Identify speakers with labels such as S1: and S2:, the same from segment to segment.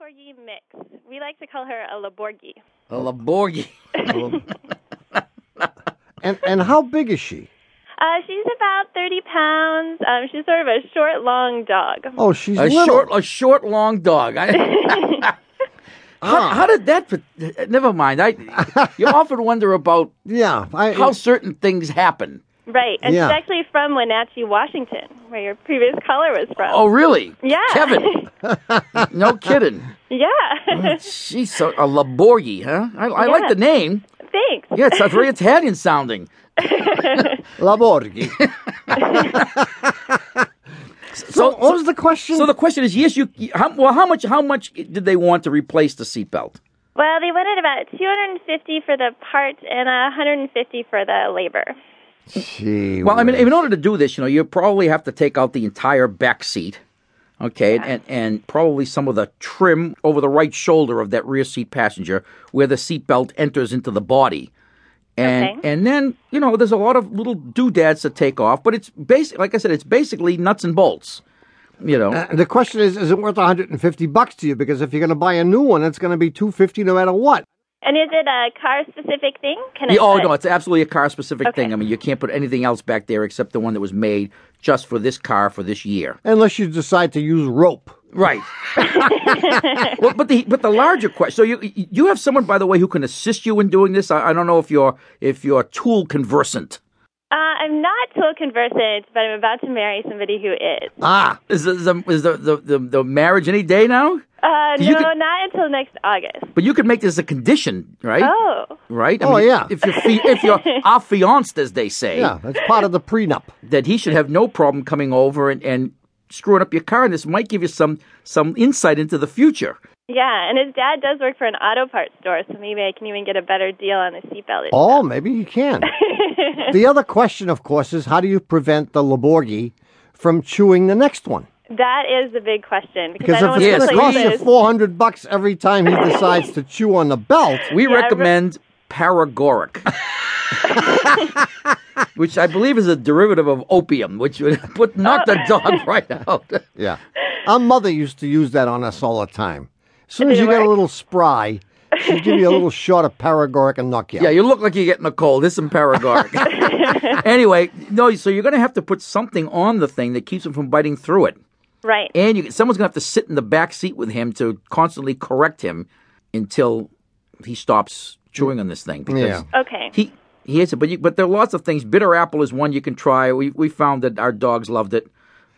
S1: Corgi mix. We like to call her a Laborgi.
S2: A Laborgi. Um,
S3: And and how big is she?
S1: Uh, she's about 30 pounds. Um, she's sort of a short, long dog.
S3: Oh, she's
S2: a
S3: little.
S2: short, a short, long dog. I,
S1: Ah.
S2: how, how did that? pat- Never mind. I, you often wonder about
S3: yeah. I,
S2: how certain things happen.
S1: Right. And
S3: Yeah.
S1: she's actually from Wenatchee, Washington, where your previous caller was from.
S2: Oh, really?
S1: Yeah.
S2: Kevin. no kidding.
S1: Yeah.
S2: She's so, a Laborgi, huh? I, I like
S1: Yeah.
S2: the name.
S1: Thanks.
S2: Yeah, it's very Italian sounding.
S3: Laborghi.
S2: So,
S3: what was the question?
S2: so the question is, yes, you. How, well, how much? How much did they want to replace the seatbelt?
S1: Well, they wanted about 250 for the part and uh, 150 for the labor.
S3: Gee
S2: Well, I mean,
S3: whiz.
S2: in order to do this, you know, you probably have to take out the entire back seat, okay, and, and probably some of the trim over the right shoulder of that rear seat passenger where the seat belt enters into the body. And
S1: Okay.
S2: and then, you know, there's a lot of little doodads to take off, but it's basic like I said, it's basically nuts and bolts. You know.
S1: Uh,
S3: the question is, is it worth 150 bucks to you? Because if you're going to buy a new one, it's going to be 250 no matter what.
S1: And is it a car specific thing? Can I
S2: Yeah, oh
S1: put-
S2: no, it's absolutely a car specific
S1: Okay.
S2: thing. I mean, you can't put anything else back there except the one that was made just for this car for this year.
S3: Unless you decide to use rope.
S2: Right. well, but the but the larger question. So you you have someone, by the way, who can assist you in doing this. I, I don't know if you're if you're tool conversant.
S1: Uh, I'm not tool conversant, but I'm about to marry somebody who is.
S3: Ah,
S2: Is, the- is, the, is the, the, the the marriage any day now?
S1: Uh,
S2: You
S1: no,
S2: could-
S1: not until next August.
S2: But you could make this a condition, right?
S1: Oh,
S2: Right. I
S3: Oh, yeah.
S2: If you're fi- if you're affianced, as they say,
S3: yeah, that's part of the prenup.
S2: that he should have no problem coming over and, and screwing up your car, and this might give you some some insight into the future.
S1: yeah. And his dad does work for an auto parts store, so maybe I can even get a better deal on a seatbelt.
S3: Oh, maybe he can. the other question, of course, is how do you prevent the Laborghi from chewing the next one?
S1: That is the big question because I
S3: Because
S1: don't
S3: if
S1: want
S3: it's
S1: to
S2: Yes,
S3: going to
S1: replace
S3: cost
S2: please.
S3: you
S1: this.
S3: 400 bucks every time he decides to chew on the belt,
S2: We
S1: I re-
S2: recommend paragoric. which I believe is a derivative of opium, which would put knock
S1: Oh.
S2: the dog right out.
S3: yeah, our mother used to use that on us all the time. As soon as
S1: Did it
S3: you got a
S1: work?
S3: little spry, she'd give you a little shot of Paragoric and knock you out.
S2: Yeah, you look like you're getting a cold. This is some paragoric. anyway, no, so you're going to have to put something on the thing that keeps him from biting through it,
S1: Right.
S2: and you, someone's going to have to sit in the back seat with him to constantly correct him until he stops chewing on this thing. Because
S3: Yeah.
S1: Okay.
S2: He he hates it, but you, but there are lots of things. Bitter apple is one you can try. We we found that our dogs loved it.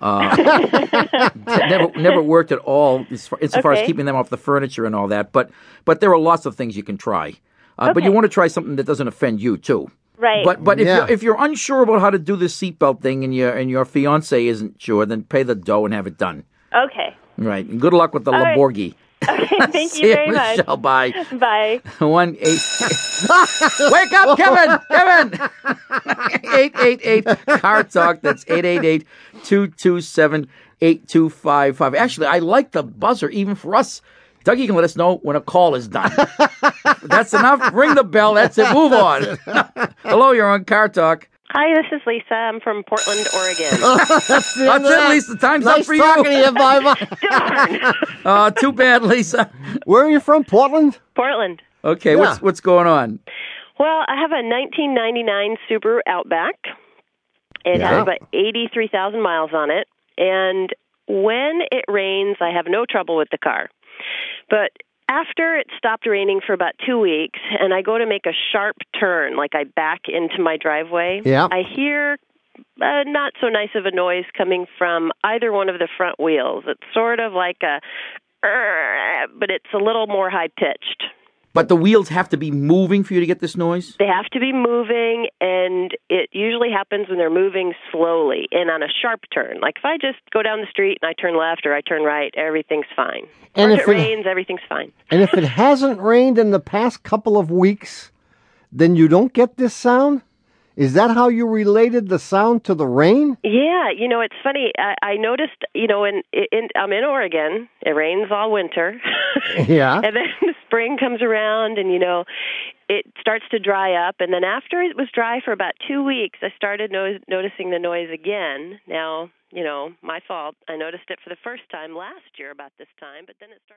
S2: Uh, it never never worked at all as far, insofar as
S1: Okay.
S2: keeping them off the furniture and all that. But but there are lots of things you can try. Uh, But you
S1: Okay.
S2: want to try something that doesn't offend you too.
S1: Right.
S2: But but if
S3: Yeah.
S2: you're, if you're unsure about how to do this seatbelt thing and your and your fiance isn't sure, then pay the dough and have it done.
S1: okay.
S2: Right. And good luck with the
S1: All right.
S2: Laborghi.
S1: Thank
S2: See
S1: you very much.
S2: Michelle. Bye.
S1: Bye.
S2: One eight. Wake up, Kevin! Kevin! eight eight eight car talk. That's 888-227-8255. Actually, I like the buzzer even for us. Dougie can let us know when a call is done. That's enough. Ring the bell. That's it. Move on. Hello, you're on Car Talk.
S4: Hi, this is Lisa. I'm from Portland, Oregon.
S2: That's it, Lisa. Time's up
S3: Nice
S2: for
S3: talking to
S2: you.
S3: you, Viva.
S2: Uh, too bad, Lisa.
S3: Where are you from? Portland?
S4: Portland.
S2: Okay, what's
S3: Yeah.
S2: what's going on?
S4: Well, I have a 1999 Subaru Outback. It
S3: Yeah.
S4: has about 83,000 miles on it. And when it rains, I have no trouble with the car. But after it stopped raining for about two weeks, and I go to make a sharp turn, like I back into my driveway,
S3: Yeah.
S4: I hear uh, not so nice of a noise coming from either one of the front wheels. It's sort of like a, "Arr," but it's a little more high pitched.
S2: But the wheels have to be moving for you to get this noise?
S4: They have to be moving, and it usually happens when they're moving slowly and on a sharp turn. Like if I just go down the street and I turn left or I turn right, everything's fine.
S3: And
S4: or if
S3: if
S4: it
S3: we-
S4: rains, everything's fine.
S3: And if it hasn't rained in the past couple of weeks, then you don't get this sound? Is that how you related the sound to the rain?
S4: Yeah, you know it's funny. I, I noticed, you know, in, in I'm in Oregon. It rains all winter.
S3: Yeah.
S4: And then spring comes around, and you know, it starts to dry up. And then after it was dry for about two weeks, I started no- noticing the noise again. Now, you know, my fault. I noticed it for the first time last year about this time, but then it started.